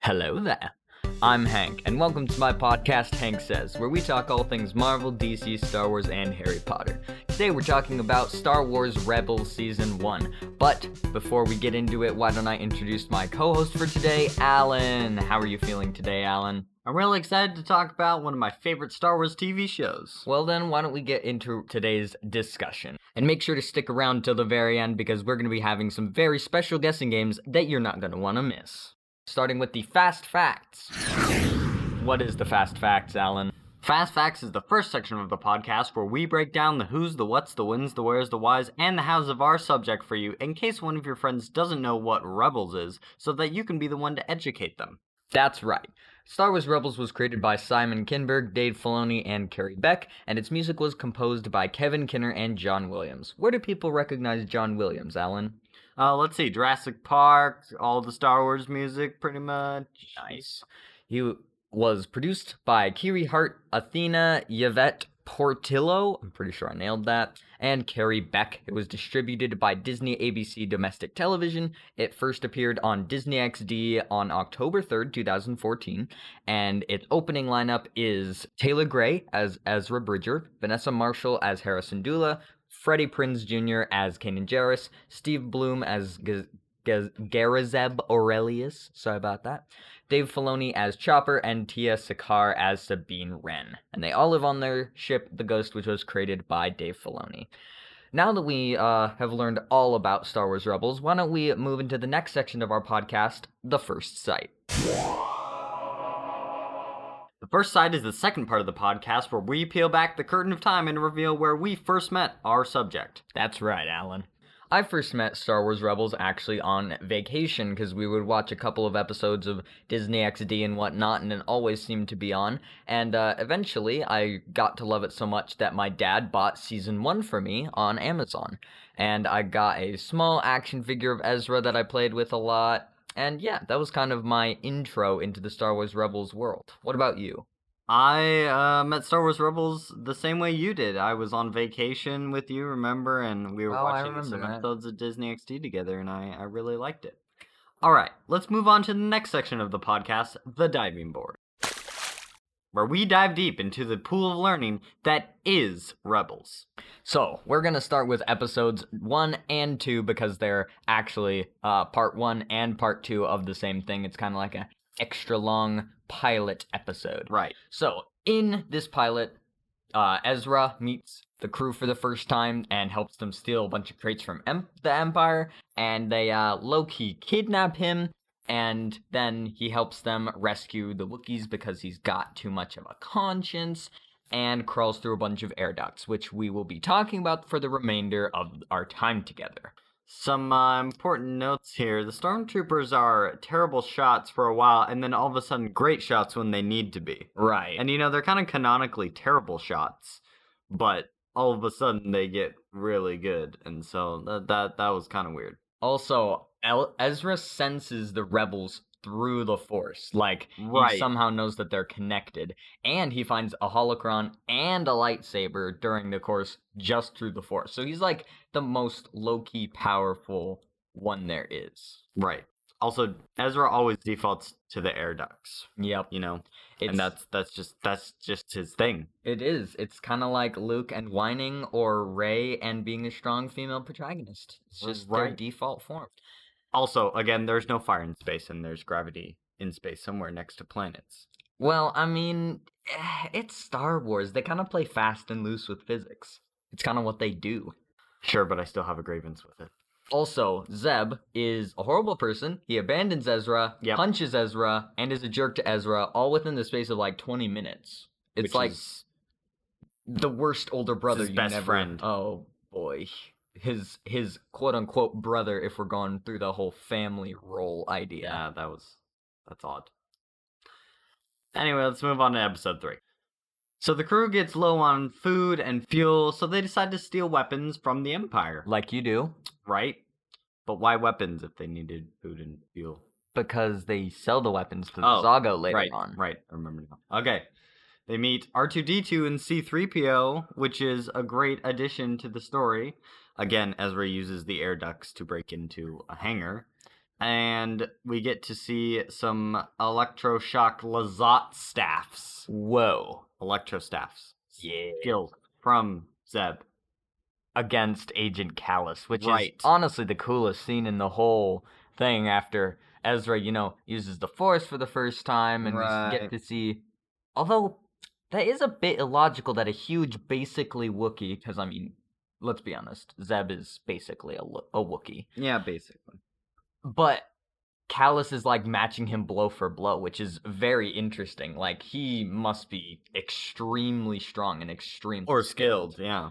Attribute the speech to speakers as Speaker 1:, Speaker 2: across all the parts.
Speaker 1: Hello there. I'm Hank, and welcome to my podcast, Hank Says, where we talk all things Marvel, DC, Star Wars, and Harry Potter. Today we're talking about Star Wars Rebels Season 1. But before we get into it, why don't I introduce my co host for today, Alan? How are you feeling today, Alan?
Speaker 2: I'm really excited to talk about one of my favorite Star Wars TV shows.
Speaker 1: Well, then, why don't we get into today's discussion? And make sure to stick around till the very end because we're going to be having some very special guessing games that you're not going to want to miss. Starting with the fast facts. What is the fast facts, Alan?
Speaker 2: Fast Facts is the first section of the podcast where we break down the who's, the what's, the whens, the where's, the whys, and the hows of our subject for you in case one of your friends doesn't know what Rebels is so that you can be the one to educate them.
Speaker 1: That's right. Star Wars Rebels was created by Simon Kinberg, Dave Filoni, and Carrie Beck, and its music was composed by Kevin Kinner and John Williams. Where do people recognize John Williams, Alan?
Speaker 2: Uh, let's see, Jurassic Park, all the Star Wars music, pretty much.
Speaker 1: Nice. He w- was produced by Kiri Hart, Athena, Yvette Portillo. I'm pretty sure I nailed that. And Carrie Beck. It was distributed by Disney ABC Domestic Television. It first appeared on Disney XD on October 3rd, 2014. And its opening lineup is Taylor Gray as Ezra Bridger, Vanessa Marshall as Harrison Dula, Freddie Prinz Jr. as Kanan Jarrus, Steve Bloom as Gaz- Gaz- Garazeb Aurelius. Sorry about that. Dave Filoni as Chopper and Tia Sakar as Sabine Wren. And they all live on their ship, the Ghost, which was created by Dave Filoni. Now that we uh, have learned all about Star Wars Rebels, why don't we move into the next section of our podcast, The First Sight?
Speaker 2: The first side is the second part of the podcast where we peel back the curtain of time and reveal where we first met our subject.
Speaker 1: That's right, Alan. I first met Star Wars Rebels actually on vacation because we would watch a couple of episodes of Disney XD and whatnot, and it always seemed to be on. And uh, eventually, I got to love it so much that my dad bought season one for me on Amazon. And I got a small action figure of Ezra that I played with a lot. And yeah, that was kind of my intro into the Star Wars Rebels world. What about you?
Speaker 2: I uh, met Star Wars Rebels the same way you did. I was on vacation with you, remember, and we were
Speaker 1: Oh, I
Speaker 2: watching
Speaker 1: remember
Speaker 2: some
Speaker 1: that.
Speaker 2: episodes of Disney XD together, and I, I really liked it. All right, let's move on to the next section of the podcast, the diving board, where we dive deep into the pool of learning that is Rebels.
Speaker 1: So, we're going to start with episodes one and two because they're actually uh, part one and part two of the same thing. It's kind of like a extra long pilot episode.
Speaker 2: Right.
Speaker 1: So, in this pilot, uh, Ezra meets the crew for the first time and helps them steal a bunch of crates from em- the Empire, and they uh, low key kidnap him. And then he helps them rescue the Wookiees because he's got too much of a conscience and crawls through a bunch of air ducts, which we will be talking about for the remainder of our time together.
Speaker 2: Some uh, important notes here. The stormtroopers are terrible shots for a while, and then all of a sudden, great shots when they need to be.
Speaker 1: Right.
Speaker 2: And you know, they're kind of canonically terrible shots, but all of a sudden they get really good, and so that that, that was kind of weird.
Speaker 1: Also, El- Ezra senses the rebels through the Force. Like, he
Speaker 2: Right.
Speaker 1: somehow knows that they're connected. And he finds a holocron and a lightsaber during the course just through the Force. So he's like the most low key powerful one there is.
Speaker 2: Right. Also, Ezra always defaults to the air ducts,
Speaker 1: Yep.
Speaker 2: you know,
Speaker 1: It's,
Speaker 2: and that's that's just that's just his thing.
Speaker 1: it is. It's kind of like Luke and whining or Rey and being a strong female protagonist. It's just their
Speaker 2: Right.
Speaker 1: default form.
Speaker 2: Also, again, there's no fire in space, and there's gravity in space somewhere next to planets.
Speaker 1: Well, I mean, eh, it's Star Wars. They kind of play fast and loose with physics. It's kind of what they do.
Speaker 2: Sure, but I still have a grievance with it.
Speaker 1: Also, Zeb is a horrible person. He abandons Ezra,
Speaker 2: Yep.
Speaker 1: punches Ezra, and is a jerk to Ezra, all within the space of like 20 minutes. It's
Speaker 2: which
Speaker 1: like
Speaker 2: is-
Speaker 1: the worst older brother
Speaker 2: his
Speaker 1: you
Speaker 2: best
Speaker 1: never.
Speaker 2: friend.
Speaker 1: Oh boy, his his quote unquote brother. If we're going through the whole family role idea.
Speaker 2: Yeah, that was that's odd. Anyway, let's move on to episode three. So the crew gets low on food and fuel, so they decide to steal weapons from the Empire.
Speaker 1: Like you do,
Speaker 2: Right? But why weapons if they needed food and fuel?
Speaker 1: because they sell the weapons to the
Speaker 2: Oh,
Speaker 1: Zago later
Speaker 2: right,
Speaker 1: on.
Speaker 2: right. I remember now. Okay. They meet R2D2 and C3PO, which is a great addition to the story. Again, Ezra uses the air ducts to break into a hangar. and we get to see some electroshock Lazat staffs.
Speaker 1: Whoa.
Speaker 2: Electro staffs.
Speaker 1: Yeah.
Speaker 2: Guild from Zeb.
Speaker 1: Against Agent Callus, which
Speaker 2: Right.
Speaker 1: is honestly the coolest scene in the whole thing after Ezra, you know, uses the Force for the first time and we
Speaker 2: Right.
Speaker 1: get to see. Although, that is a bit illogical that a huge, basically Wookiee, because I mean, let's be honest, Zeb is basically a, Wo- a Wookiee.
Speaker 2: Yeah, basically.
Speaker 1: but Callus is like matching him blow for blow, which is very interesting. Like he must be extremely strong and extremely
Speaker 2: Or skilled, yeah.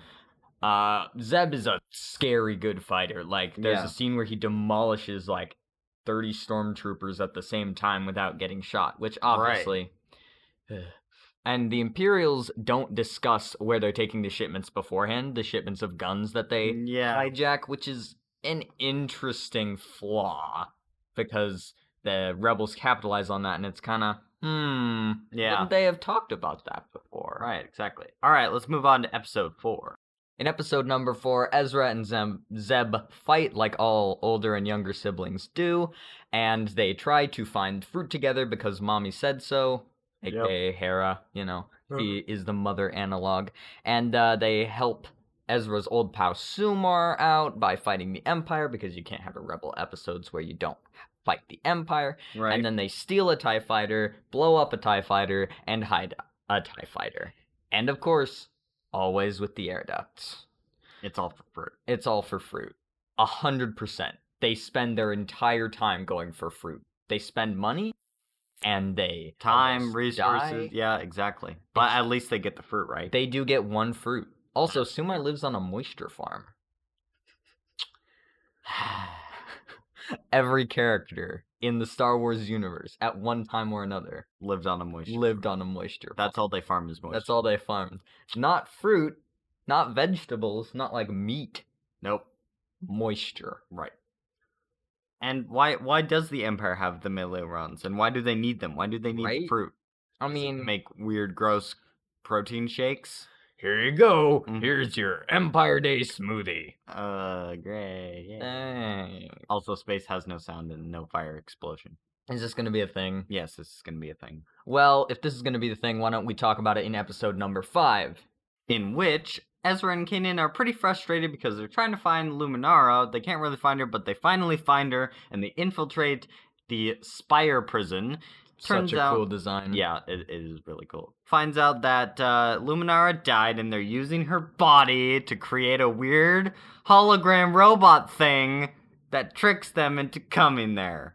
Speaker 1: Uh, Zeb is a scary good fighter. Like there's
Speaker 2: Yeah.
Speaker 1: a scene where he demolishes like thirty stormtroopers at the same time without getting shot, which obviously. And the Imperials don't discuss where they're taking the shipments beforehand, the shipments of guns that they
Speaker 2: Yeah.
Speaker 1: hijack, which is an interesting flaw because the rebels capitalize on that, and it's kind of hmm.
Speaker 2: Yeah.
Speaker 1: Wouldn't they have talked about that before?
Speaker 2: Right, exactly. All right, let's move on to episode four.
Speaker 1: In episode number four, Ezra and Zeb, Zeb fight like all older and younger siblings do, and they try to find fruit together because mommy said so,
Speaker 2: Yep.
Speaker 1: aka Hera, you know, she is the mother analog. And uh, they help Ezra's old pal Sumar out by fighting the Empire because you can't have a rebel episodes where you don't fight the Empire.
Speaker 2: Right.
Speaker 1: And then they steal a TIE fighter, blow up a TIE fighter, and hide a TIE fighter. And of course, always with the air ducts.
Speaker 2: it's all for fruit.
Speaker 1: It's all for fruit. A hundred percent. They spend their entire time going for fruit. They spend money and they
Speaker 2: Time,
Speaker 1: almost
Speaker 2: resources.
Speaker 1: die.
Speaker 2: Yeah, exactly. But at least they get the fruit, right?
Speaker 1: They do get one fruit. Also, Sumar lives on a moisture farm. Every character in the Star Wars universe at one time or another
Speaker 2: lived on a moisture.
Speaker 1: lived on a moisture farm.
Speaker 2: That's all they farm is moisture.
Speaker 1: That's all they farmed. Not fruit, not vegetables, not like meat,
Speaker 2: Nope.
Speaker 1: moisture.
Speaker 2: Right. And why why does the Empire have the melee runs? And why do they need them? Why do they need
Speaker 1: Right?
Speaker 2: fruit?
Speaker 1: I
Speaker 2: Does it
Speaker 1: mean,
Speaker 2: make weird, gross protein shakes.
Speaker 1: here you go.
Speaker 2: Mm.
Speaker 1: Here's your Empire Day smoothie.
Speaker 2: Uh, great.
Speaker 1: Eh.
Speaker 2: yeah.
Speaker 1: Dang.
Speaker 2: also, space has no sound and no fire explosion.
Speaker 1: Is this going to be a thing?
Speaker 2: Yes, this is gonna be a thing.
Speaker 1: Well, if this is going to be the thing, why don't we talk about it in episode number five?
Speaker 2: in which Ezra and Kanan are pretty frustrated because they're trying to find Luminara. They can't really find her, but they finally find her and they infiltrate the Spire prison. Turns
Speaker 1: Such a
Speaker 2: out,
Speaker 1: cool design.
Speaker 2: yeah, it, it is really cool. Finds out that uh, Luminara died and they're using her body to create a weird hologram robot thing that tricks them into coming there.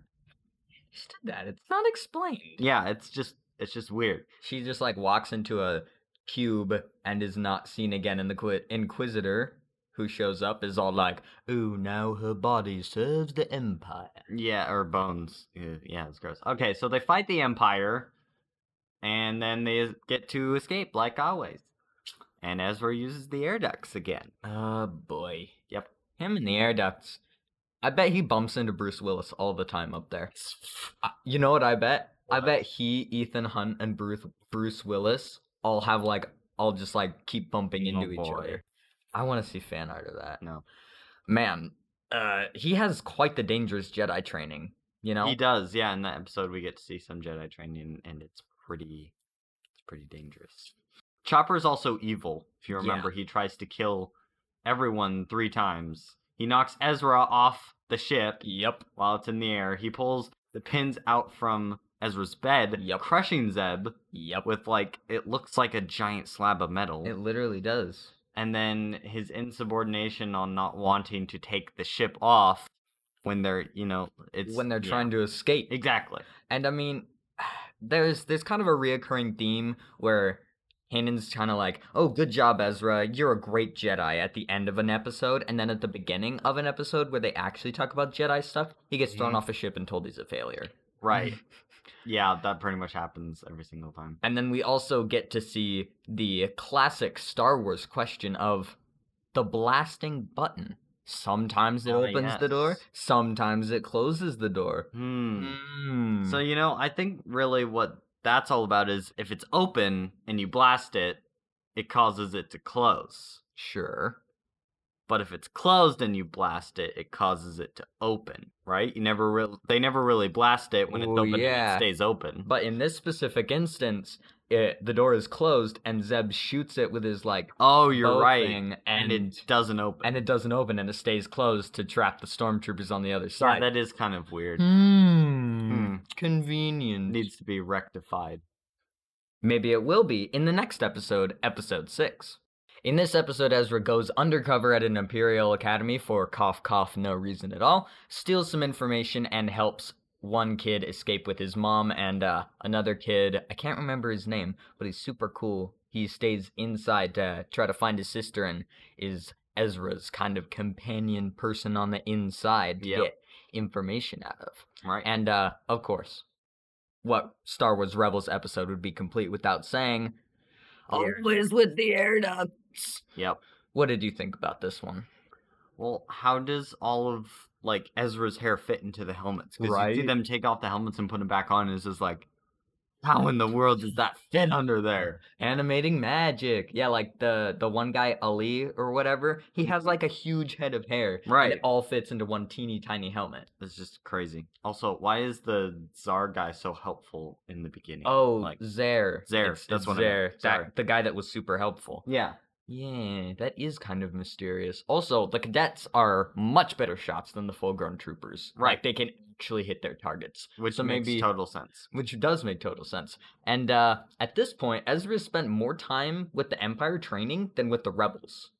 Speaker 1: She did that. It's not explained.
Speaker 2: Yeah, it's just it's just weird.
Speaker 1: She just like walks into a cube and is not seen again. And the Qui- Inquisitor, who shows up, is all like, "Ooh, now her body serves the Empire."
Speaker 2: Yeah, or bones. Ew, Yeah, it's gross. Okay, so they fight the Empire, and then they get to escape like always. And Ezra uses the air ducts again.
Speaker 1: Oh boy.
Speaker 2: Yep.
Speaker 1: Him and the air ducts. I bet he bumps into Bruce Willis all the time up there. I- you know what I bet? I
Speaker 2: What?
Speaker 1: bet he, Ethan Hunt, and Bruce Bruce Willis all have like all just like keep bumping
Speaker 2: Oh,
Speaker 1: into each
Speaker 2: boy.
Speaker 1: other. I want to see fan art of that.
Speaker 2: No.
Speaker 1: Man, uh, he has quite the dangerous Jedi training. You know,
Speaker 2: He does, yeah. In that episode, we get to see some Jedi training, and it's pretty, it's pretty dangerous. Chopper's also evil. If you
Speaker 1: Yeah.
Speaker 2: remember, he tries to kill everyone three times. He knocks Ezra off the ship
Speaker 1: Yep.
Speaker 2: while it's in the air. He pulls the pins out from Ezra's bed,
Speaker 1: Yep.
Speaker 2: crushing Zeb.
Speaker 1: Yep.
Speaker 2: with like it looks like a giant slab of metal
Speaker 1: It literally does.
Speaker 2: and then his insubordination on not wanting to take the ship off when they're you know it's
Speaker 1: when they're
Speaker 2: yeah.
Speaker 1: trying to escape.
Speaker 2: exactly
Speaker 1: And I mean, there's there's kind of a reoccurring theme where Kanan's kind of like, "Oh, good job, Ezra. You're a great Jedi." At the end of an episode, and then at the beginning of an episode where they actually talk about Jedi stuff, he gets thrown
Speaker 2: Mhm.
Speaker 1: off a ship and told he's a failure.
Speaker 2: right yeah that pretty much happens every single time
Speaker 1: And then we also get to see the classic Star Wars question of the blasting button. Sometimes it
Speaker 2: Ah,
Speaker 1: opens the door,
Speaker 2: yes.
Speaker 1: sometimes it closes the door.
Speaker 2: hmm.
Speaker 1: Mm.
Speaker 2: so you know i think really what that's all about is if it's open and you blast it it causes it to close
Speaker 1: sure.
Speaker 2: But if it's closed and you blast it, it causes it to open, right? You never re- they never really blast it when it's
Speaker 1: Ooh,
Speaker 2: open and
Speaker 1: yeah.
Speaker 2: it stays open.
Speaker 1: But in this specific instance, it, the door is closed and Zeb shoots it with his like
Speaker 2: oh, you're
Speaker 1: bow
Speaker 2: right.
Speaker 1: thing,
Speaker 2: and,
Speaker 1: and
Speaker 2: it doesn't open.
Speaker 1: and it doesn't open and it stays closed to trap the stormtroopers on the other
Speaker 2: yeah,
Speaker 1: side.
Speaker 2: that is kind of weird.
Speaker 1: Hmm.
Speaker 2: Hmm.
Speaker 1: Convenient.
Speaker 2: Needs to be rectified.
Speaker 1: Maybe it will be in the next episode, episode 6. In this episode, Ezra goes undercover at an Imperial Academy for cough cough no reason at all, steals some information, and helps one kid escape with his mom and uh, another kid. I can't remember his name, but he's super cool. He stays inside to try to find his sister and is Ezra's kind of companion person on the inside to
Speaker 2: Yep.
Speaker 1: get information out of.
Speaker 2: Right.
Speaker 1: And uh, of course, what Star Wars Rebels episode would be complete without saying,
Speaker 2: Here.
Speaker 1: always with the air ducts.
Speaker 2: yep.
Speaker 1: What did you think about this one?
Speaker 2: Well, how does all of like Ezra's hair fit into the helmets? Because you see
Speaker 1: Right.
Speaker 2: them take off the helmets and put them back on, and it's just like, how in the world does that fit under there?
Speaker 1: Animating magic. Yeah, like the the one guy Ali or whatever, he has like a huge head of hair. And
Speaker 2: Right.
Speaker 1: it all fits into one teeny tiny helmet.
Speaker 2: It's just crazy. Also, why is the czar guy so helpful in the beginning?
Speaker 1: Oh,
Speaker 2: like
Speaker 1: Zare.
Speaker 2: Zare,
Speaker 1: It's-
Speaker 2: that's
Speaker 1: it's
Speaker 2: what I meant,
Speaker 1: Zare.
Speaker 2: sorry.
Speaker 1: That, the guy that was super helpful.
Speaker 2: yeah,
Speaker 1: Yeah, that is kind of mysterious. Also, the cadets are much better shots than the full-grown troopers. Like,
Speaker 2: Right.
Speaker 1: they can actually hit their targets,
Speaker 2: which
Speaker 1: So
Speaker 2: makes
Speaker 1: maybe-
Speaker 2: total sense.
Speaker 1: which does make total sense. And uh, at this point, Ezra spent more time with the Empire training than with the rebels,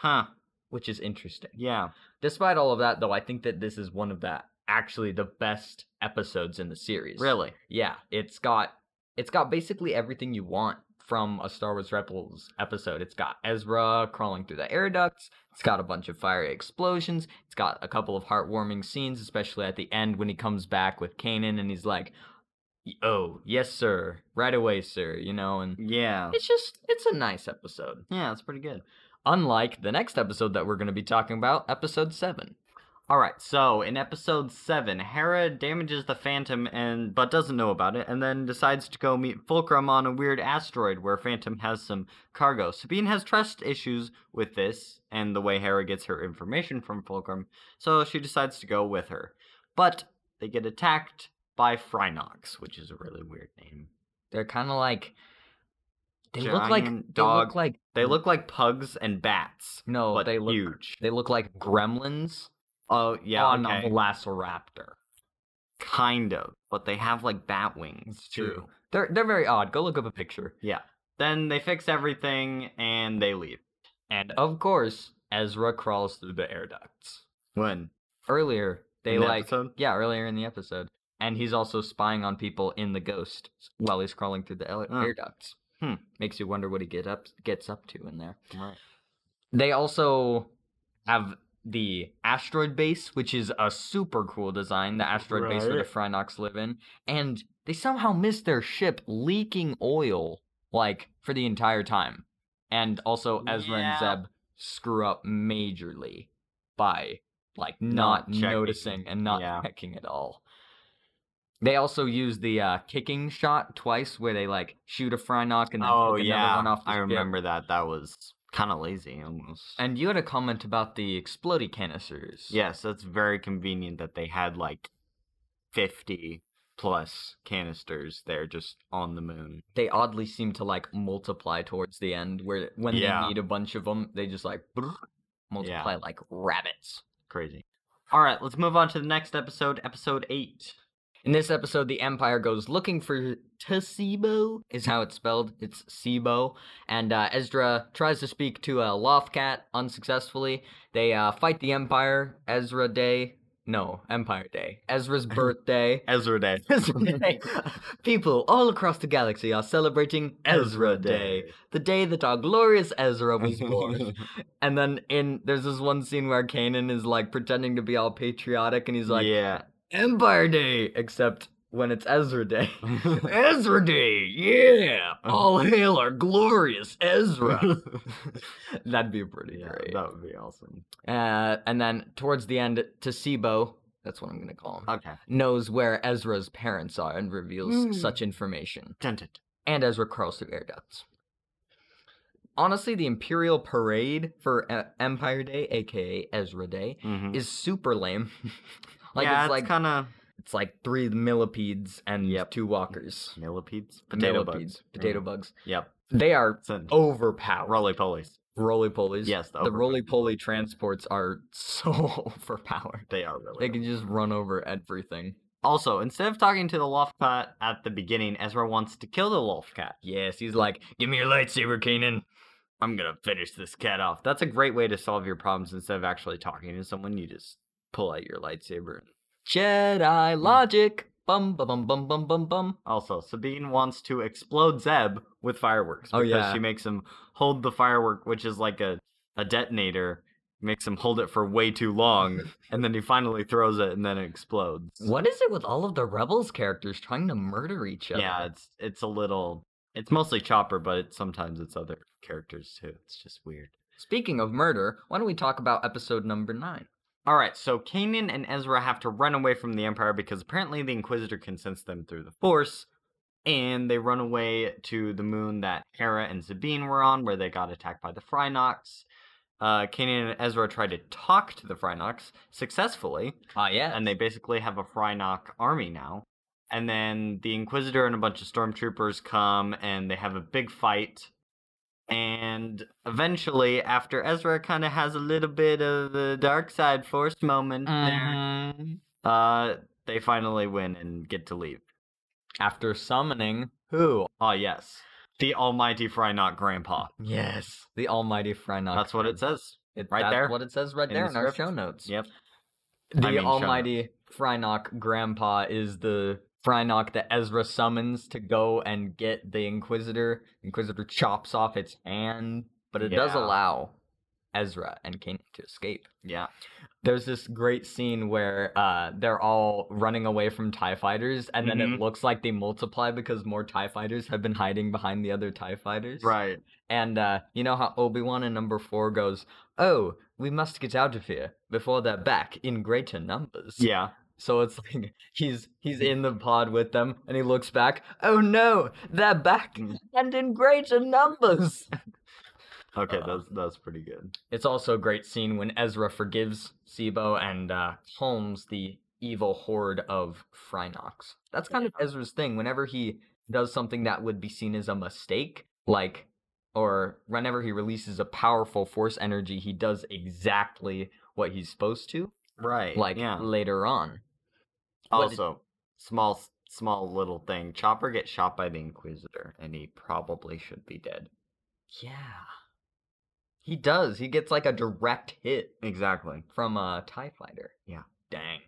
Speaker 2: Huh?
Speaker 1: which is interesting.
Speaker 2: Yeah.
Speaker 1: Despite all of that, though, I think that this is one of the actually the best episodes in the series.
Speaker 2: Really?
Speaker 1: Yeah, it's got it's got basically everything you want from a Star Wars Rebels episode. It's got Ezra crawling through the air ducts. It's got a bunch of fiery explosions. It's got a couple of heartwarming scenes, especially at the end when he comes back with Kanan and he's like, "Oh, yes, sir. Right away, sir." You know, and
Speaker 2: Yeah.
Speaker 1: it's just it's a nice episode.
Speaker 2: Yeah, it's pretty good.
Speaker 1: Unlike the next episode that we're going to be talking about, episode 7.
Speaker 2: All right, so in episode seven, Hera damages the Phantom and but doesn't know about it, and then decides to go meet Fulcrum on a weird asteroid where Phantom has some cargo. Sabine has trust issues with this and the way Hera gets her information from Fulcrum, so she decides to go with her. But they get attacked by Phrynox, which is a really weird name.
Speaker 1: They're kind of like they look like
Speaker 2: Giant
Speaker 1: they
Speaker 2: dog.
Speaker 1: look like
Speaker 2: They look like pugs and bats,
Speaker 1: no,
Speaker 2: but
Speaker 1: Oh, they look
Speaker 2: huge.
Speaker 1: They look like gremlins
Speaker 2: Oh yeah,
Speaker 1: on
Speaker 2: okay.
Speaker 1: a velociraptor.
Speaker 2: kind of, but they have like bat wings
Speaker 1: It's
Speaker 2: too.
Speaker 1: true. They're they're very odd. Go look up a picture.
Speaker 2: Then they fix everything and they leave.
Speaker 1: And of course, Ezra crawls through the air ducts.
Speaker 2: When
Speaker 1: Earlier, they
Speaker 2: In the
Speaker 1: like
Speaker 2: episode?
Speaker 1: yeah, earlier in the episode, and he's also spying on people in the ghost while he's crawling through the ele-
Speaker 2: Oh.
Speaker 1: air ducts.
Speaker 2: Hmm.
Speaker 1: Makes you wonder what he get up gets up to in there.
Speaker 2: right.
Speaker 1: They also have the asteroid base, which is a super cool design, the asteroid base where the
Speaker 2: Right.
Speaker 1: Phrynox live in. And they somehow missed their ship leaking oil, like, for the entire time. And also, Ezra
Speaker 2: Yeah.
Speaker 1: and Zeb screw up majorly by, like,
Speaker 2: Not
Speaker 1: not,
Speaker 2: checking.
Speaker 1: noticing and not
Speaker 2: Yeah.
Speaker 1: checking at all. They also use the uh, kicking shot twice, where they like shoot a Phrynox and then
Speaker 2: Oh
Speaker 1: kick another
Speaker 2: yeah,
Speaker 1: one off the
Speaker 2: I
Speaker 1: ship.
Speaker 2: remember that. That was kind of lazy almost.
Speaker 1: And you had a comment about the explodey canisters.
Speaker 2: yes, that's very convenient that they had like fifty plus canisters there just on the moon.
Speaker 1: They oddly seem to like multiply towards the end, where when
Speaker 2: Yeah.
Speaker 1: they need a bunch of them, they just like brrr, multiply like rabbits.
Speaker 2: Crazy. All right, let's move on to the next episode, episode eight.
Speaker 1: In this episode, the Empire goes looking for Tasibo, is how it's spelled. It's Sibo. And uh, Ezra tries to speak to a Lothcat unsuccessfully. They uh, fight the Empire, Ezra Day. No, Empire Day. Ezra's birthday.
Speaker 2: Ezra Day.
Speaker 1: Ezra Day. People all across the galaxy are celebrating Ezra Day, the day that our glorious Ezra was born. and then in there's this one scene where Kanan is like pretending to be all patriotic, and he's like
Speaker 2: yeah.
Speaker 1: Empire Day, except when it's Ezra Day. Ezra Day, yeah! All hail our glorious Ezra. That'd be pretty
Speaker 2: Yeah,
Speaker 1: great.
Speaker 2: that would be awesome.
Speaker 1: Uh, and then towards the end, Tasibo, that's what I'm gonna call him
Speaker 2: Okay.
Speaker 1: knows where Ezra's parents are and reveals
Speaker 2: Mm.
Speaker 1: such information.
Speaker 2: Dun, dun, dun.
Speaker 1: And Ezra crawls through air ducts. honestly, the Imperial Parade for uh, Empire Day, aka Ezra Day,
Speaker 2: Mhm.
Speaker 1: is super lame. Mm-hmm. like
Speaker 2: yeah,
Speaker 1: it's like
Speaker 2: kind of
Speaker 1: it's like three millipedes and
Speaker 2: Yep.
Speaker 1: two walkers.
Speaker 2: millipedes, potato
Speaker 1: millipedes,
Speaker 2: bugs,
Speaker 1: potato
Speaker 2: Mhm.
Speaker 1: bugs.
Speaker 2: Yep.
Speaker 1: They are
Speaker 2: It's a-
Speaker 1: overpowered.
Speaker 2: roly polies.
Speaker 1: roly polies.
Speaker 2: Yes, the
Speaker 1: the
Speaker 2: overpowered.
Speaker 1: roly poly transports are so overpowered.
Speaker 2: They are really.
Speaker 1: They can just run over everything.
Speaker 2: Also, instead of talking to the Lothcat at the beginning, Ezra wants to kill the Lothcat.
Speaker 1: Yes, he's like, give me your lightsaber, Kanan.
Speaker 2: I'm gonna finish this cat off. That's a great way to solve your problems instead of actually talking to someone. You just pull out your lightsaber. Hmm.
Speaker 1: Jedi logic. Bum bum bum bum bum bum bum.
Speaker 2: Also, Sabine wants to explode Zeb with fireworks.
Speaker 1: Oh,
Speaker 2: because
Speaker 1: yeah.
Speaker 2: She makes him hold the firework, which is like a, a detonator, makes him hold it for way too long, and then he finally throws it and then it explodes.
Speaker 1: What is it with all of the rebels characters trying to murder each other?
Speaker 2: Yeah, it's it's a little it's mostly Chopper, but it's, sometimes it's other characters too. It's just weird.
Speaker 1: Speaking of murder, why don't we talk about episode number nine?
Speaker 2: All right, so Kanan and Ezra have to run away from the Empire because apparently the Inquisitor can sense them through the Force, and they run away to the moon that Hera and Sabine were on, where they got attacked by the Phrynox. Uh, Kanan and Ezra try to talk to the Phrynox successfully,
Speaker 1: Ah, yeah.
Speaker 2: and they basically have a Phrynox army now. And then the Inquisitor and a bunch of stormtroopers come and they have a big fight. And eventually, after Ezra kind of has a little bit of the dark side force moment
Speaker 1: Mm-hmm.
Speaker 2: there, uh, they finally win and get to leave.
Speaker 1: After summoning who?
Speaker 2: Oh, yes. The almighty Phrynox Grandpa.
Speaker 1: Yes, the Almighty Frynox.
Speaker 2: That's what it says.
Speaker 1: It-
Speaker 2: right
Speaker 1: that's
Speaker 2: there
Speaker 1: What it says right
Speaker 2: in
Speaker 1: there
Speaker 2: the
Speaker 1: in our
Speaker 2: script.
Speaker 1: show notes.
Speaker 2: Yep.
Speaker 1: The
Speaker 2: I mean, show
Speaker 1: Almighty Frynock Grandpa is the Frynock that Ezra summons to go and get the Inquisitor. Inquisitor chops off its hand, but it does
Speaker 2: Yeah.
Speaker 1: allow Ezra and Kanan to escape.
Speaker 2: Yeah.
Speaker 1: There's this great scene where uh, they're all running away from TIE fighters, and then
Speaker 2: Mhm.
Speaker 1: it looks like they multiply because more TIE fighters have been hiding behind the other TIE fighters.
Speaker 2: Right.
Speaker 1: And uh, you know how Obi Wan in number four goes, "Oh, we must get out of here before they're back in greater numbers."
Speaker 2: Yeah.
Speaker 1: So it's like he's he's in the pod with them, and he looks back. Oh no, they're back
Speaker 2: Mm.
Speaker 1: and in greater numbers.
Speaker 2: Okay,
Speaker 1: Uh,
Speaker 2: that's, that's pretty good.
Speaker 1: it's also a great scene when Ezra forgives Sibo and uh, calms the evil horde of Phrynox. That's kind of Ezra's thing. Whenever he does something that would be seen as a mistake, like, or whenever he releases a powerful force energy, he does exactly what he's supposed to,
Speaker 2: Right.
Speaker 1: like
Speaker 2: yeah.
Speaker 1: later on. What did-
Speaker 2: Also, small, s- small little thing. Chopper gets shot by the Inquisitor, and he probably should be dead.
Speaker 1: Yeah. He does. He gets like a direct hit
Speaker 2: Exactly.
Speaker 1: from a TIE fighter.
Speaker 2: Yeah.
Speaker 1: Dang.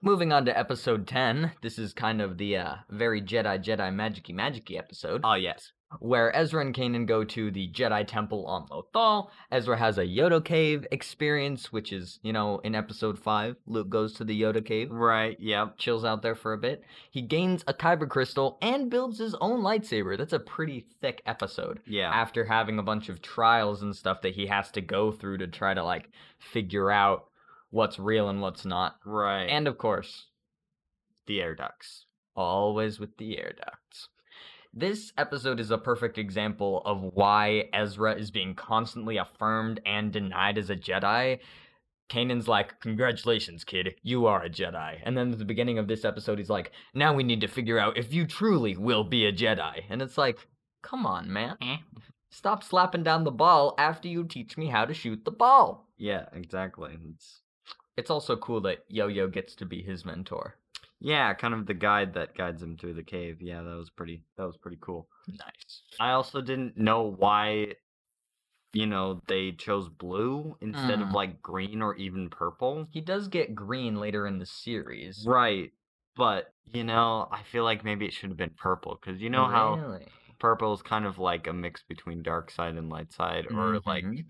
Speaker 1: Moving on to episode 10. This is kind of the uh, very Jedi, Jedi, magicy, magicy episode,
Speaker 2: Oh yes.
Speaker 1: where Ezra and Kanan go to the Jedi Temple on Lothal. Ezra has a Yoda Cave experience, which is, you know, in episode 5, Luke goes to the Yoda Cave,
Speaker 2: Right. Mm, Yep.
Speaker 1: chills out there for a bit. He gains a Kyber crystal and builds his own lightsaber. That's a pretty thick episode
Speaker 2: Yeah.
Speaker 1: after having a bunch of trials and stuff that he has to go through to try to like figure out what's real and what's not.
Speaker 2: right.
Speaker 1: And of course,
Speaker 2: the air ducts.
Speaker 1: always with the air ducts. This episode is a perfect example of why Ezra is being constantly affirmed and denied as a Jedi. Kanan's like, Congratulations, kid, you are a Jedi. And then at the beginning of this episode, he's like, Now we need to figure out if you truly will be a Jedi. And it's like, Come on, man.
Speaker 2: Eh.
Speaker 1: Stop slapping down the ball after you teach me how to shoot the ball.
Speaker 2: Yeah. Exactly. It's,
Speaker 1: It's also cool that Yo Yo gets to be his mentor.
Speaker 2: yeah, kind of the guide that guides him through the cave. Yeah, that was pretty. That was pretty cool.
Speaker 1: Nice.
Speaker 2: I also didn't know why, you know, they chose blue instead
Speaker 1: Mm.
Speaker 2: of like green or even purple.
Speaker 1: He does get green later in the series.
Speaker 2: Right. But, you know, I feel like maybe it should have been purple because you know how
Speaker 1: Really?
Speaker 2: purple is kind of like a mix between dark side and light side, or like,
Speaker 1: Mhm.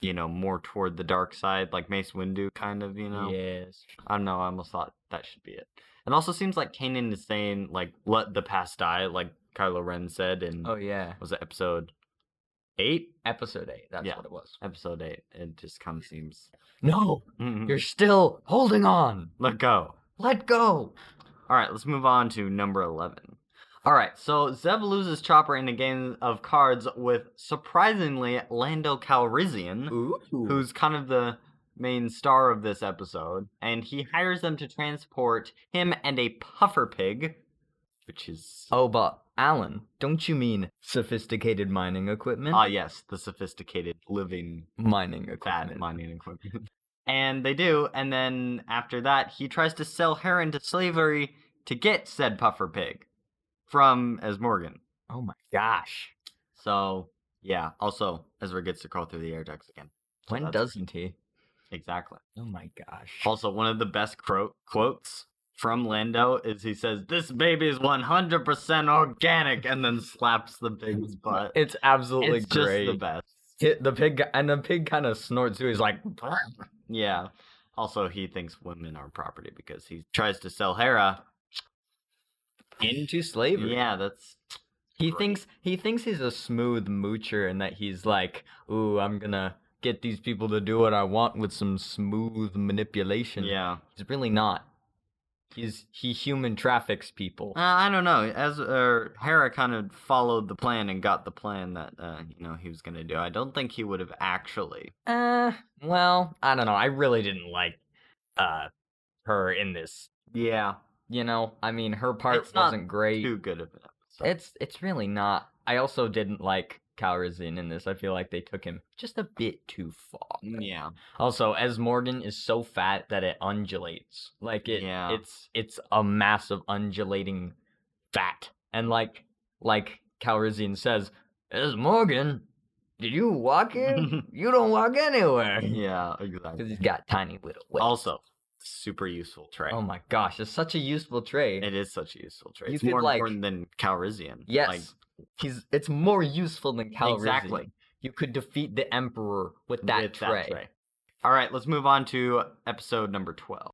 Speaker 2: you know, more toward the dark side, like Mace Windu kind of, you know?
Speaker 1: Yes.
Speaker 2: I don't know. I almost thought that should be it. And also seems like Kanan is saying, like, let the past die, like Kylo Ren said in,
Speaker 1: Oh yeah.
Speaker 2: was it episode eight?
Speaker 1: Episode eight. That's
Speaker 2: Yeah.
Speaker 1: what it was.
Speaker 2: Episode eight. It just kind of seems.
Speaker 1: No,
Speaker 2: Mhm.
Speaker 1: you're still holding on.
Speaker 2: Let go.
Speaker 1: Let go.
Speaker 2: All right, let's move on to number 11. All right, so Zeb loses Chopper in a game of cards with surprisingly Lando Calrissian,
Speaker 1: Ooh.
Speaker 2: who's kind of the main star of this episode, and he hires them to transport him and a puffer pig, which is
Speaker 1: oh, but Alan, don't you mean sophisticated mining equipment?
Speaker 2: ah yes, the sophisticated living
Speaker 1: mining
Speaker 2: fat
Speaker 1: equipment.
Speaker 2: mining equipment. and they do, and then after that, he tries to sell her into slavery to get said puffer pig from as Morgan.
Speaker 1: oh my gosh.
Speaker 2: So yeah, also Ezra gets to crawl through the air ducts again. So
Speaker 1: When
Speaker 2: that's
Speaker 1: doesn't he?
Speaker 2: exactly?
Speaker 1: Oh my gosh.
Speaker 2: Also, one of the best cro- quotes from Lando is he says, "This baby is 100% organic," and then slaps the pig's butt.
Speaker 1: It's absolutely
Speaker 2: It's just
Speaker 1: great.
Speaker 2: the best.
Speaker 1: Hit the pig, and the pig kind of snorts too. He's like,
Speaker 2: Yeah. Also, he thinks women are property because he tries to sell Hera.
Speaker 1: into slavery.
Speaker 2: Yeah, that's
Speaker 1: He
Speaker 2: Right.
Speaker 1: thinks he thinks he's a smooth moocher and that he's like, ooh, I'm gonna get these people to do what I want with some smooth manipulation.
Speaker 2: yeah.
Speaker 1: He's really not. He's he human traffics people.
Speaker 2: Uh, I don't know. As or Hera kind of followed the plan and got the plan that uh, you know he was gonna do. I don't think he would have actually.
Speaker 1: Uh well, I don't know. I really didn't like uh her in this.
Speaker 2: Yeah,
Speaker 1: You know, I mean her part
Speaker 2: It's not
Speaker 1: wasn't great.
Speaker 2: too good of an episode.
Speaker 1: It's it's really not. I also didn't like Calrissian in this. I feel like they took him just a bit too far.
Speaker 2: yeah,
Speaker 1: Also, as Morgan is so fat that it undulates. Like it
Speaker 2: Yeah.
Speaker 1: it's it's a mass of undulating fat. And like like Calrissian says, as Morgan, did you walk in? you don't walk anywhere.
Speaker 2: yeah,
Speaker 1: Because
Speaker 2: exactly.
Speaker 1: he's got tiny little legs.
Speaker 2: Also, super useful trait.
Speaker 1: oh my gosh, it's such a useful trait.
Speaker 2: It is such a useful trait.
Speaker 1: You
Speaker 2: it's
Speaker 1: could,
Speaker 2: more
Speaker 1: like-
Speaker 2: important than Calrissian.
Speaker 1: yes.
Speaker 2: Like,
Speaker 1: he's it's more useful than Calrissian.
Speaker 2: Exactly.
Speaker 1: You could defeat the Emperor with that
Speaker 2: with
Speaker 1: tray.
Speaker 2: All right, let's move on to episode number 12.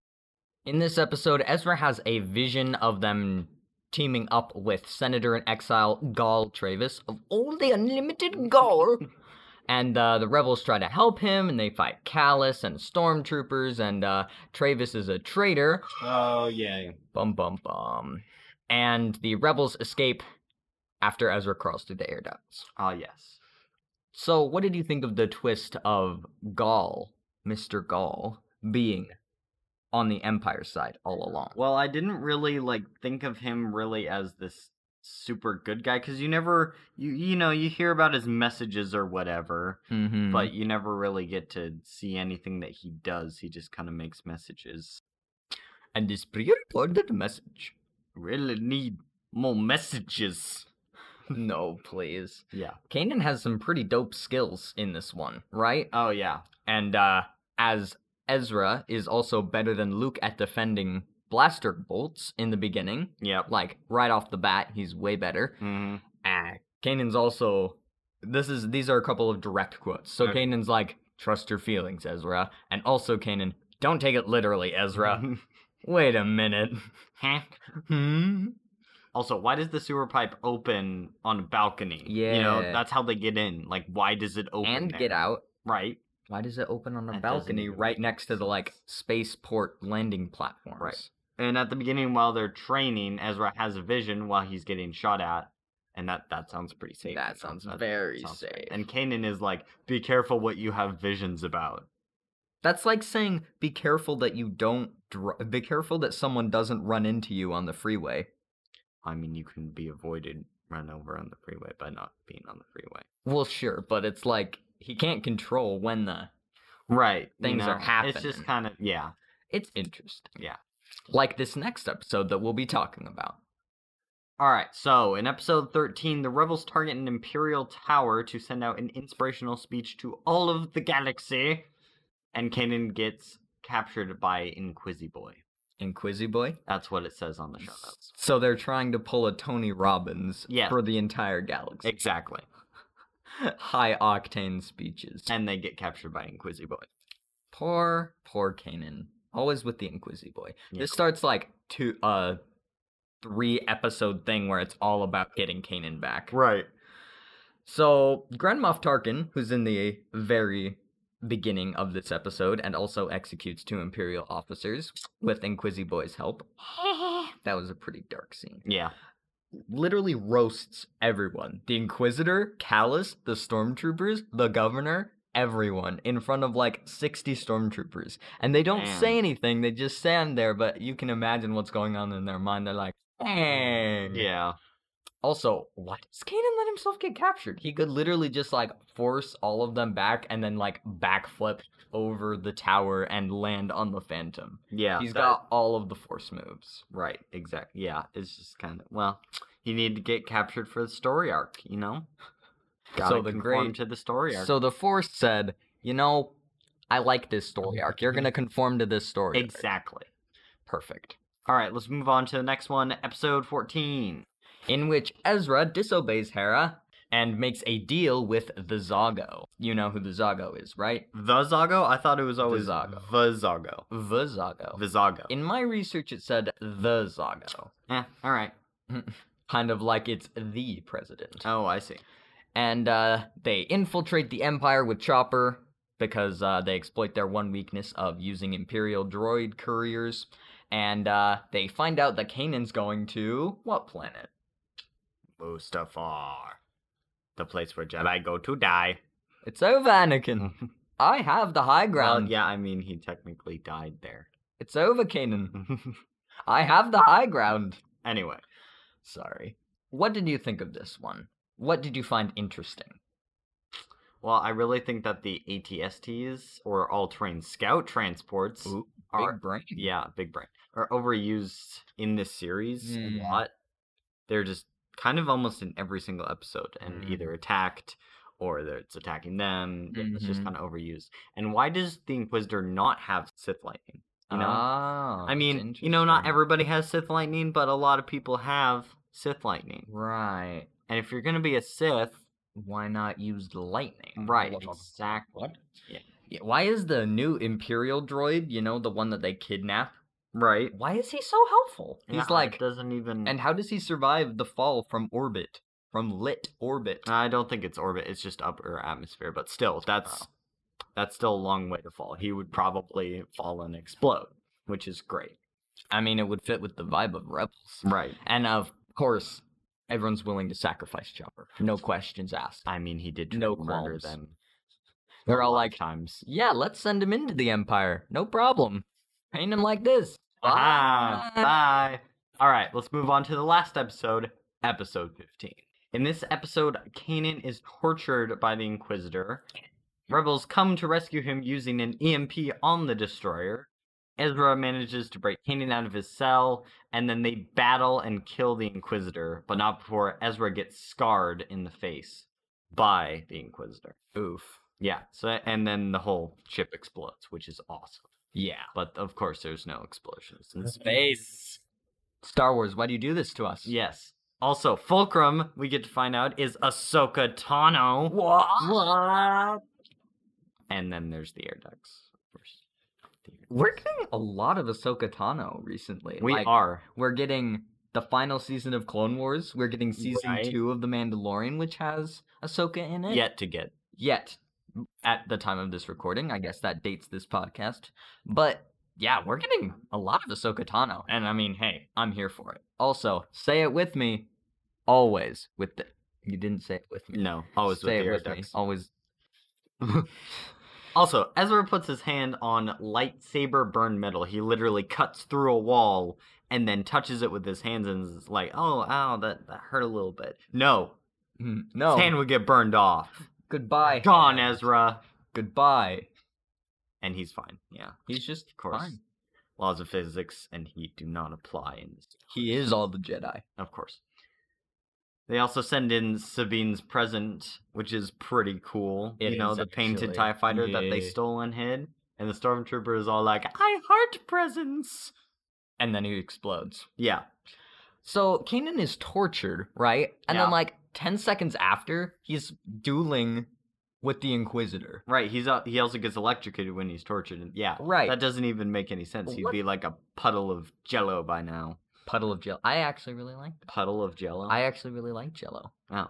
Speaker 1: In this episode, Ezra has a vision of them teaming up with Senator in Exile Gaul Travis of all the unlimited Gaul. And uh, the rebels try to help him, and they fight Callus and stormtroopers, and uh, Travis is a traitor.
Speaker 2: Oh, yeah.
Speaker 1: Bum bum bum. And the rebels escape after Ezra crawls through the air ducts.
Speaker 2: Ah, yes.
Speaker 1: So, what did you think of the twist of Gaul, Mr. Gaul, being on the Empire side all along?
Speaker 2: Well, I didn't really like think of him really as this super good guy cuz you never you you know, you hear about his messages or whatever,
Speaker 1: Mm-hmm.
Speaker 2: but you never really get to see anything that he does. He just kind of makes messages.
Speaker 1: and this pre-recorded message.
Speaker 2: Really need more messages.
Speaker 1: no, please.
Speaker 2: Yeah.
Speaker 1: Kanan has some pretty dope skills in this one, right?
Speaker 2: Oh yeah.
Speaker 1: And uh as Ezra is also better than Luke at defending blaster bolts in the beginning.
Speaker 2: Yep.
Speaker 1: Like right off the bat, he's way better.
Speaker 2: Mhm.
Speaker 1: Uh, Kanan's also this is these are a couple of direct quotes. So
Speaker 2: Okay.
Speaker 1: Kanan's like, trust your feelings, Ezra. And also Kanan, don't take it literally, Ezra.
Speaker 2: Mm-hmm.
Speaker 1: Wait a minute. hmm?
Speaker 2: Also, why does the sewer pipe open on a balcony? You know,
Speaker 1: Yeah.
Speaker 2: that's how they get in. Like, why does it open?
Speaker 1: And
Speaker 2: there?
Speaker 1: get out.
Speaker 2: Right.
Speaker 1: Why does it open on a
Speaker 2: That doesn't
Speaker 1: balcony
Speaker 2: even
Speaker 1: right
Speaker 2: make
Speaker 1: next to the like
Speaker 2: sense.
Speaker 1: spaceport landing platforms?
Speaker 2: And at the beginning, while they're training, Ezra has a vision while he's getting shot at. And that, that sounds pretty safe.
Speaker 1: That
Speaker 2: you know,
Speaker 1: sounds very
Speaker 2: great.
Speaker 1: safe.
Speaker 2: And Kanan is like, be careful what you have visions about.
Speaker 1: That's like saying be careful that you don't dr- be careful that someone doesn't run into you on the freeway.
Speaker 2: I mean, you can be avoided run over on the freeway by not being on the freeway.
Speaker 1: Well, sure, but it's like he can't control when the
Speaker 2: Right. you
Speaker 1: Things are
Speaker 2: know, It's
Speaker 1: happening.
Speaker 2: just kind of, yeah.
Speaker 1: it's interesting.
Speaker 2: Yeah.
Speaker 1: Like this next episode that we'll be talking about.
Speaker 2: All right, so in episode 13, the rebels target an imperial tower to send out an inspirational speech to all of the galaxy, and Kanan gets captured by Inquisiboy.
Speaker 1: Inquisiboy. Boy.
Speaker 2: That's what it says on the show notes.
Speaker 1: So they're trying to pull a Tony Robbins
Speaker 2: Yes.
Speaker 1: for the entire galaxy.
Speaker 2: Exactly.
Speaker 1: High octane speeches.
Speaker 2: And they get captured by Inquisiboy.
Speaker 1: Poor, poor Kanan. Always with the Inquisiboy. boy.
Speaker 2: Yeah.
Speaker 1: This starts like two, uh, three episode thing where it's all about getting Kanan back.
Speaker 2: Right.
Speaker 1: So Grand Moff Tarkin, who's in the very beginning of this episode and also executes two Imperial officers with Inquisiboy's help. that was a pretty dark scene.
Speaker 2: Yeah.
Speaker 1: literally roasts everyone the Inquisitor, Callus, the Stormtroopers, the Governor, everyone in front of like 60 Stormtroopers. And they don't say
Speaker 2: Man.
Speaker 1: anything, they just stand there, but you can imagine what's going on in their mind. They're like, dang.
Speaker 2: Yeah.
Speaker 1: Also, why does Kanan let himself get captured? He could literally just like force all of them back and then like backflip over the tower and land on the Phantom.
Speaker 2: Yeah.
Speaker 1: He's
Speaker 2: that-
Speaker 1: got all of the force moves.
Speaker 2: Right, exactly. Yeah, it's just kind of well, you need to get captured for the story arc, you know. Gotta
Speaker 1: the
Speaker 2: conform
Speaker 1: great-
Speaker 2: to the story arc.
Speaker 1: So the force said, you know, I like this story arc. You're gonna conform to this story. arc."
Speaker 2: exactly.
Speaker 1: Perfect.
Speaker 2: All right, let's move on to the next one, episode fourteen.
Speaker 1: In which Ezra disobeys Hera and makes a deal with the Zago. You know who the Zago is, right?
Speaker 2: The Zago. I thought it was always
Speaker 1: Zago.
Speaker 2: The Zago.
Speaker 1: The Zago.
Speaker 2: The Zago.
Speaker 1: In my research, it said the Zago.
Speaker 2: Eh, all right.
Speaker 1: kind of like it's the president.
Speaker 2: Oh, I see.
Speaker 1: And uh, they infiltrate the Empire with Chopper because uh, they exploit their one weakness of using Imperial droid couriers. And uh, they find out that Kanan's going to what planet?
Speaker 2: Mustafar, the place where Jedi go to die.
Speaker 1: It's over, Anakin. I have the high ground.
Speaker 2: Well, yeah, I mean he technically died there.
Speaker 1: It's over, Kanan. I have the high ground.
Speaker 2: anyway,
Speaker 1: Sorry. What did you think of this one? What did you find interesting?
Speaker 2: Well, I really think that the ATSTs or all-terrain scout transports
Speaker 1: Ooh,
Speaker 2: are
Speaker 1: brain.
Speaker 2: yeah, big brain are overused in this series
Speaker 1: Mm.
Speaker 2: a lot. They're just kind of almost in every single episode, and
Speaker 1: Mm.
Speaker 2: either attacked or they're- it's attacking them. Yeah, It's just
Speaker 1: Mhm.
Speaker 2: kind of overused. And why does the Inquisitor not have Sith lightning? You know,
Speaker 1: Ah,
Speaker 2: I
Speaker 1: that's
Speaker 2: mean, you know, not
Speaker 1: interesting.
Speaker 2: everybody has Sith lightning, but a lot of people have Sith lightning.
Speaker 1: Right.
Speaker 2: And if you're gonna be a Sith,
Speaker 1: Why not use lightning?
Speaker 2: right?
Speaker 1: What?
Speaker 2: Exactly.
Speaker 1: Yeah, Why is the new Imperial droid, you know, the one that they kidnap,
Speaker 2: Right.
Speaker 1: why is he so helpful? He's
Speaker 2: Yeah, it
Speaker 1: like,
Speaker 2: doesn't even
Speaker 1: and how does he survive the fall from orbit? From lit orbit?
Speaker 2: I don't think it's orbit. It's just upper atmosphere. But still, that's that's still a long way to fall. He would probably fall and explode, which is great.
Speaker 1: I mean, it would fit with the vibe of Rebels.
Speaker 2: Right.
Speaker 1: And of course, everyone's willing to sacrifice Chopper. No questions asked.
Speaker 2: I mean, he did try
Speaker 1: No
Speaker 2: to murder
Speaker 1: qualms.
Speaker 2: them.
Speaker 1: They're
Speaker 2: a
Speaker 1: all
Speaker 2: lot
Speaker 1: like,
Speaker 2: of times.
Speaker 1: yeah, let's send him into the Empire. No problem. Train him like this. Ah.
Speaker 2: Aha,
Speaker 1: Bye.
Speaker 2: Ah, bye. All right, let's move on to the last episode, episode fifteen. In this episode, Kanan is tortured by the Inquisitor. Rebels come to rescue him using an EMP on the destroyer. Ezra manages to break Kanan out of his cell, and then they battle and kill the Inquisitor, but not before Ezra gets scarred in the face by the Inquisitor.
Speaker 1: Oof.
Speaker 2: Yeah, so and then the whole ship explodes, which is awesome.
Speaker 1: Yeah.
Speaker 2: But of course, there's no explosions in
Speaker 1: Space. Star Wars, why do you do this to us?
Speaker 2: Yes. Also, Fulcrum, we get to find out, is Ahsoka Tano.
Speaker 1: What?
Speaker 2: And then there's the air ducts, of course. The air
Speaker 1: We're
Speaker 2: ducts.
Speaker 1: getting a lot of Ahsoka Tano recently.
Speaker 2: We
Speaker 1: Like,
Speaker 2: are.
Speaker 1: We're getting the final season of Clone Wars. We're getting season
Speaker 2: Right.
Speaker 1: two of The Mandalorian, which has Ahsoka in it.
Speaker 2: Yet to get.
Speaker 1: Yet, at the time of this recording, I guess that dates this podcast. But yeah, we're getting a lot of Ahsoka Tano, and I mean, hey, I'm here for it. Also, say it with me, always with the. You didn't say it with me.
Speaker 2: No, always
Speaker 1: say
Speaker 2: with the air
Speaker 1: it with me.
Speaker 2: ducts.
Speaker 1: Always.
Speaker 2: Also, Ezra puts his hand on lightsaber burn metal. He literally cuts through a wall and then touches it with his hands and is like, oh, ow, that, that hurt a little bit. No,
Speaker 1: Mm, No.
Speaker 2: his hand would get burned off.
Speaker 1: Goodbye.
Speaker 2: Gone, Ezra.
Speaker 1: Goodbye.
Speaker 2: And he's fine. Yeah,
Speaker 1: He's just
Speaker 2: of course.
Speaker 1: Fine.
Speaker 2: Laws of physics and heat do not apply in this
Speaker 1: He is all the Jedi.
Speaker 2: of course. They also send in Sabine's present, which is pretty cool.
Speaker 1: It
Speaker 2: you know,
Speaker 1: is,
Speaker 2: the painted
Speaker 1: actually.
Speaker 2: TIE fighter that they
Speaker 1: Yeah.
Speaker 2: stole and hid. And the stormtrooper is all like, I heart presents.
Speaker 1: and then he explodes.
Speaker 2: Yeah.
Speaker 1: So Kanan is tortured, right? And
Speaker 2: Yeah.
Speaker 1: then like 10 seconds after, he's dueling with the Inquisitor.
Speaker 2: Right. He's uh, he also gets electrocuted when he's tortured. And yeah.
Speaker 1: Right.
Speaker 2: That doesn't even make any sense. He'd
Speaker 1: What-
Speaker 2: be like a puddle of jello by now.
Speaker 1: Puddle of Jello. I actually really like that.
Speaker 2: Puddle of jello?
Speaker 1: I actually really like Jello.
Speaker 2: Oh.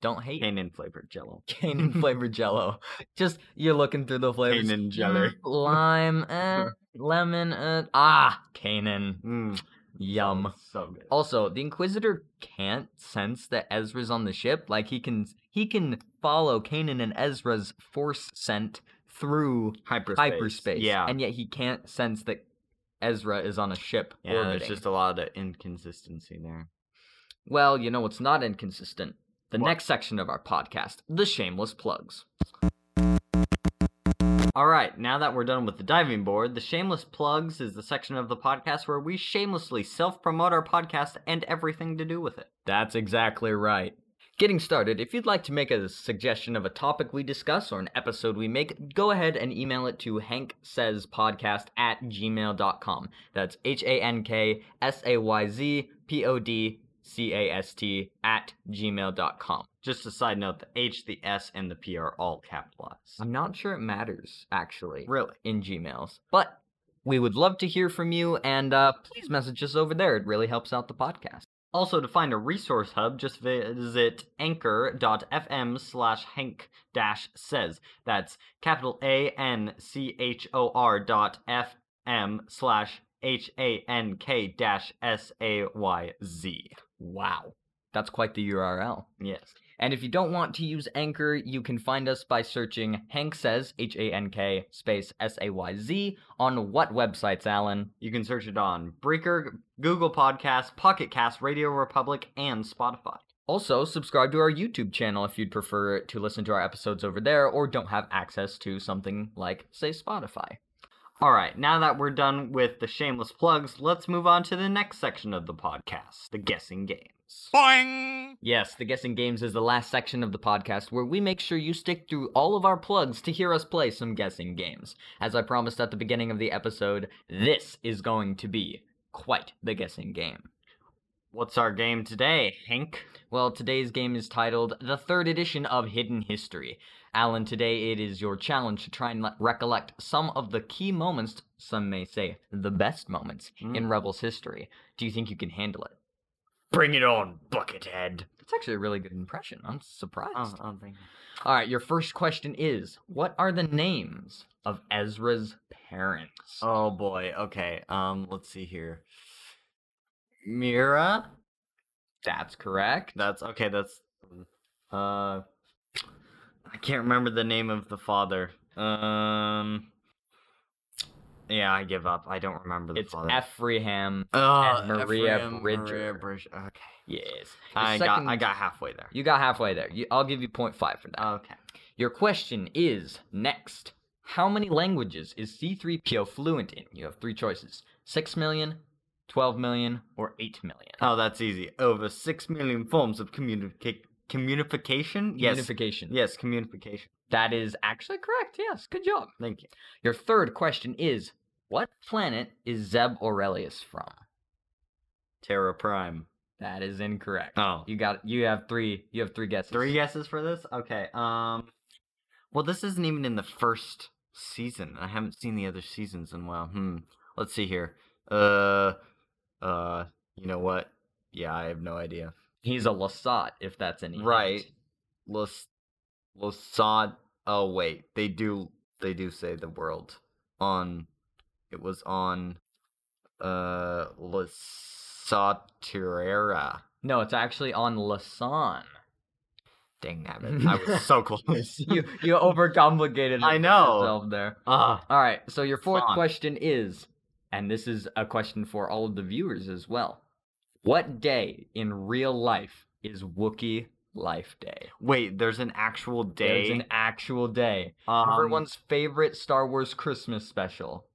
Speaker 1: Don't hate
Speaker 2: Kanan flavored jello.
Speaker 1: Kanan flavored Jello. Just you're looking through the flavors.
Speaker 2: Kanan jello.
Speaker 1: Mm, lime, eh, lemon, eh. ah, Kanan.
Speaker 2: Mm.
Speaker 1: Yum.
Speaker 2: So good.
Speaker 1: Also, the Inquisitor can't sense that Ezra's on the ship. Like he can he can follow Kanan and Ezra's force scent through
Speaker 2: Hyperspace.
Speaker 1: hyperspace.
Speaker 2: Yeah.
Speaker 1: And yet he can't sense that Ezra is on a ship
Speaker 2: yeah,
Speaker 1: orbiting.
Speaker 2: there's just a lot of inconsistency there.
Speaker 1: Well, you know what's not inconsistent? The
Speaker 2: What?
Speaker 1: next section of our podcast, the shameless plugs.
Speaker 2: All right, now that we're done with the diving board, the shameless plugs is the section of the podcast where we shamelessly self-promote our podcast and everything to do with it.
Speaker 1: That's exactly right. Getting started, if you'd like to make a suggestion of a topic we discuss or an episode we make, go ahead and email it to hanksayspodcast at gmail.com. That's H A N K S A Y Z P O D C A S T at gmail.com.
Speaker 2: Just a side note, the H, the S, and the P are all capitalized.
Speaker 1: I'm not sure it matters, actually.
Speaker 2: Really?
Speaker 1: in Gmails. But we would love to hear from you, and uh, please message us over there. It really helps out the podcast.
Speaker 2: Also, to find a resource hub, just visit anchor.fm slash hank dash says. That's capital A N C H O R dot F M slash H A N K dash S A Y Z.
Speaker 1: Wow. That's quite the URL.
Speaker 2: Yes.
Speaker 1: And if you don't want to use Anchor, you can find us by searching Hank Says, H A N K space S A Y Z, on what websites, Alan?
Speaker 2: You can search it on Breaker, Google Podcasts, Pocket Cast, Radio Republic, and Spotify.
Speaker 1: Also, subscribe to our YouTube channel if you'd prefer to listen to our episodes over there or don't have access to something like, say, Spotify.
Speaker 2: All right, now that we're done with the shameless plugs, let's move on to the next section of the podcast the guessing games.
Speaker 3: Boing!
Speaker 1: Yes, the Guessing Games is the last section of the podcast where we make sure you stick through all of our plugs to hear us play some guessing games. As I promised at the beginning of the episode, this is going to be quite the guessing game.
Speaker 2: What's our game today, Hank?
Speaker 1: Well, today's game is titled The Third Edition of Hidden History. Alan, today it is your challenge to try and le- recollect some of the key moments, some may say the best moments, in
Speaker 2: Mm.
Speaker 1: Rebels history. Do you think you can handle it?
Speaker 2: Bring it on, Buckethead.
Speaker 1: It's actually a really good impression. I'm surprised.
Speaker 2: Oh, oh, thank
Speaker 1: All right, your first question is What are the names of Ezra's parents?
Speaker 2: oh boy. Okay. Um, let's see here. Mira.
Speaker 1: That's correct.
Speaker 2: That's okay. That's.
Speaker 1: Mm.
Speaker 2: Uh, I can't remember the name of the father. Um. Yeah, I give up. I don't remember the
Speaker 1: It's
Speaker 2: father.
Speaker 1: Efraham.
Speaker 2: Oh,
Speaker 1: and Maria
Speaker 2: Ephraim, Maria
Speaker 1: Bridger.
Speaker 2: Bridge- Okay.
Speaker 1: Yes. Your
Speaker 2: I got. I
Speaker 1: second-
Speaker 2: got Uh, halfway there.
Speaker 1: You got halfway there. You, I'll give you 0.5 for that.
Speaker 2: Okay.
Speaker 1: your question is next. How many languages is C3PO fluent in? You have three choices 6 million, 12 million, or 8 million.
Speaker 2: Oh, that's easy. Over six million forms of communica- communication. Yes.
Speaker 1: Unification.
Speaker 2: Yes, communication.
Speaker 1: That is actually correct. Yes. Good job.
Speaker 2: Thank you.
Speaker 1: Your third question is What planet is Zeb Aurelius from?
Speaker 2: Terra Prime.
Speaker 1: That is incorrect.
Speaker 2: Oh.
Speaker 1: You got you have three you have three guesses.
Speaker 2: Three guesses for this? Okay. Um Well, this isn't even in the first season. I haven't seen the other seasons in a while. Hmm. Let's see here. Uh uh you know what? Yeah, I have no idea.
Speaker 1: He's a Lasat, if that's any hint.
Speaker 2: Right. Los Losad Oh wait, they do they do say the world on it was on uh Lasatirera.
Speaker 1: No, it's actually on Lasan.
Speaker 2: Dang nabbit. I was so close.
Speaker 1: You you overcomplicated it
Speaker 2: I know.
Speaker 1: yourself there.
Speaker 2: Ah,
Speaker 1: All right. So your fourth
Speaker 2: Lasan.
Speaker 1: question is, and this is a question for all of the viewers as well. What day in real life is Wookiee Life Day?
Speaker 2: Wait, there's an actual day.
Speaker 1: There's an actual day.
Speaker 2: Um,
Speaker 1: Everyone's favorite Star Wars Christmas special,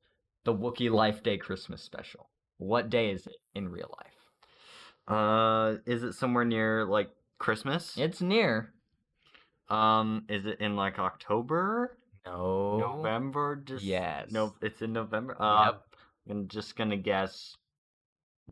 Speaker 1: the Wookiee Life Day Christmas special. What day is it in real life?
Speaker 2: Uh, is it somewhere near like Christmas?
Speaker 1: It's near.
Speaker 2: Um, is it in like October,
Speaker 1: No.
Speaker 2: November? Just
Speaker 1: Yes.
Speaker 2: No, it's in November. Uh, I'm just gonna guess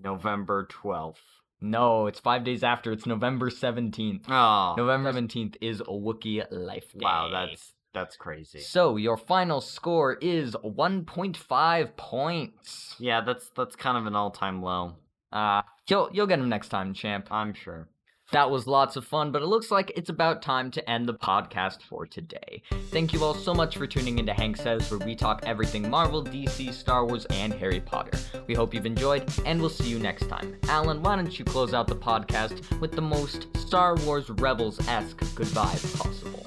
Speaker 2: November twelfth.
Speaker 1: No, it's five days after. It's November 17th.
Speaker 2: Oh,
Speaker 1: November 17th is a Wookiee Life Day.
Speaker 2: wow, that's that's crazy.
Speaker 1: So your final score is 1.5 points.
Speaker 2: Yeah, that's that's kind of an all-time low.
Speaker 1: Uh, you'll, you'll get them next time, champ.
Speaker 2: I'm sure.
Speaker 1: That was lots of fun, but it looks like it's about time to end the podcast for today. Thank you all so much for tuning into Hank Says, where we talk everything Marvel, DC, Star Wars, and Harry Potter. We hope you've enjoyed, and we'll see you next time. Alan, why don't you close out the podcast with the most Star Wars Rebels esque goodbye possible?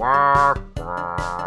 Speaker 2: Wah, wah.